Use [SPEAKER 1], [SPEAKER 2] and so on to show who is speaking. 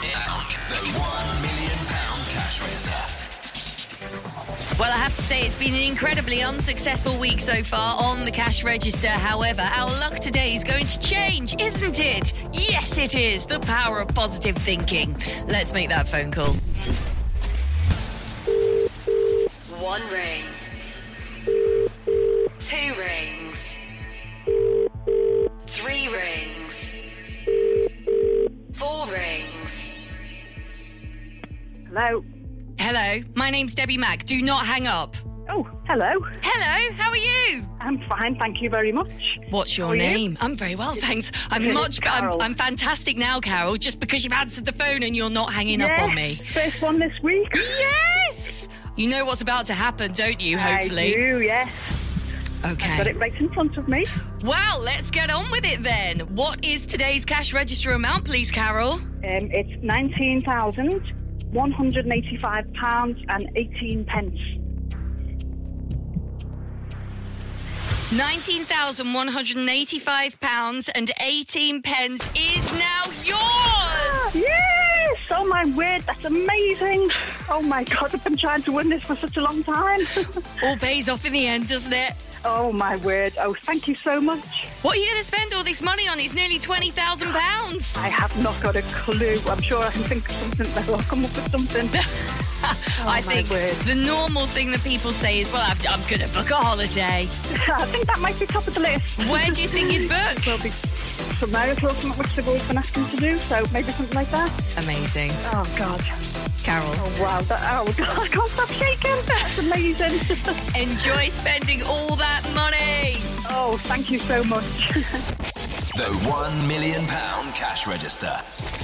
[SPEAKER 1] The one million pound cash register.
[SPEAKER 2] Well, I have to say, it's been an incredibly unsuccessful week so far on the cash register. However, our luck today is going to change, isn't it? Yes, it is. The power of positive thinking. Let's make that phone call.
[SPEAKER 3] One ring. Two rings. Three rings. Four rings.
[SPEAKER 4] Hello.
[SPEAKER 2] Hello, my name's Debbie Mack. Do not hang up.
[SPEAKER 4] Oh, hello.
[SPEAKER 2] Hello, how are you?
[SPEAKER 4] I'm fine, thank you very much.
[SPEAKER 2] What's your
[SPEAKER 4] are you?
[SPEAKER 2] name? I'm very well, thanks. I'm much, I'm,
[SPEAKER 4] Carol.
[SPEAKER 2] I'm fantastic now, Carol, just because you've answered the phone and you're not hanging up
[SPEAKER 4] Yeah,
[SPEAKER 2] on me.
[SPEAKER 4] First one this week.
[SPEAKER 2] Yes! You know what's about to happen, don't you, hopefully?
[SPEAKER 4] I do, yes.
[SPEAKER 2] Okay.
[SPEAKER 4] Got it right in front of me.
[SPEAKER 2] Well, let's get on with it then. What is today's cash register amount, please, Carol?
[SPEAKER 4] Um, it's nineteen thousand one hundred and eighty-five pounds and eighteen pence.
[SPEAKER 2] 19,185 pounds and 18 pence is now yours.
[SPEAKER 4] Yes! Oh my word, that's amazing! Oh my god, I've been trying to win this for such a long time.
[SPEAKER 2] All pays off in the end, doesn't it?
[SPEAKER 4] oh my word! Oh, thank you so much.
[SPEAKER 2] What are you going to spend all this money on? It's nearly 20,000 pounds.
[SPEAKER 4] I have not got a clue. I'm sure I can think of something. I'll come up with something.
[SPEAKER 2] I
[SPEAKER 4] Oh my
[SPEAKER 2] think
[SPEAKER 4] word.
[SPEAKER 2] the normal thing that people say is, well, I've, I'm going to book a holiday.
[SPEAKER 4] I think that might be top of the list.
[SPEAKER 2] Where do you think you'd book?
[SPEAKER 4] Well, be somewhere or something which they've always been asking to do, so maybe something like that.
[SPEAKER 2] Amazing.
[SPEAKER 4] Oh, God.
[SPEAKER 2] Carol.
[SPEAKER 4] Oh, wow. That, oh, God, I can't stop shaking. That's amazing.
[SPEAKER 2] Enjoy spending all that money.
[SPEAKER 4] oh, thank you so much.
[SPEAKER 1] The one million pound cash register.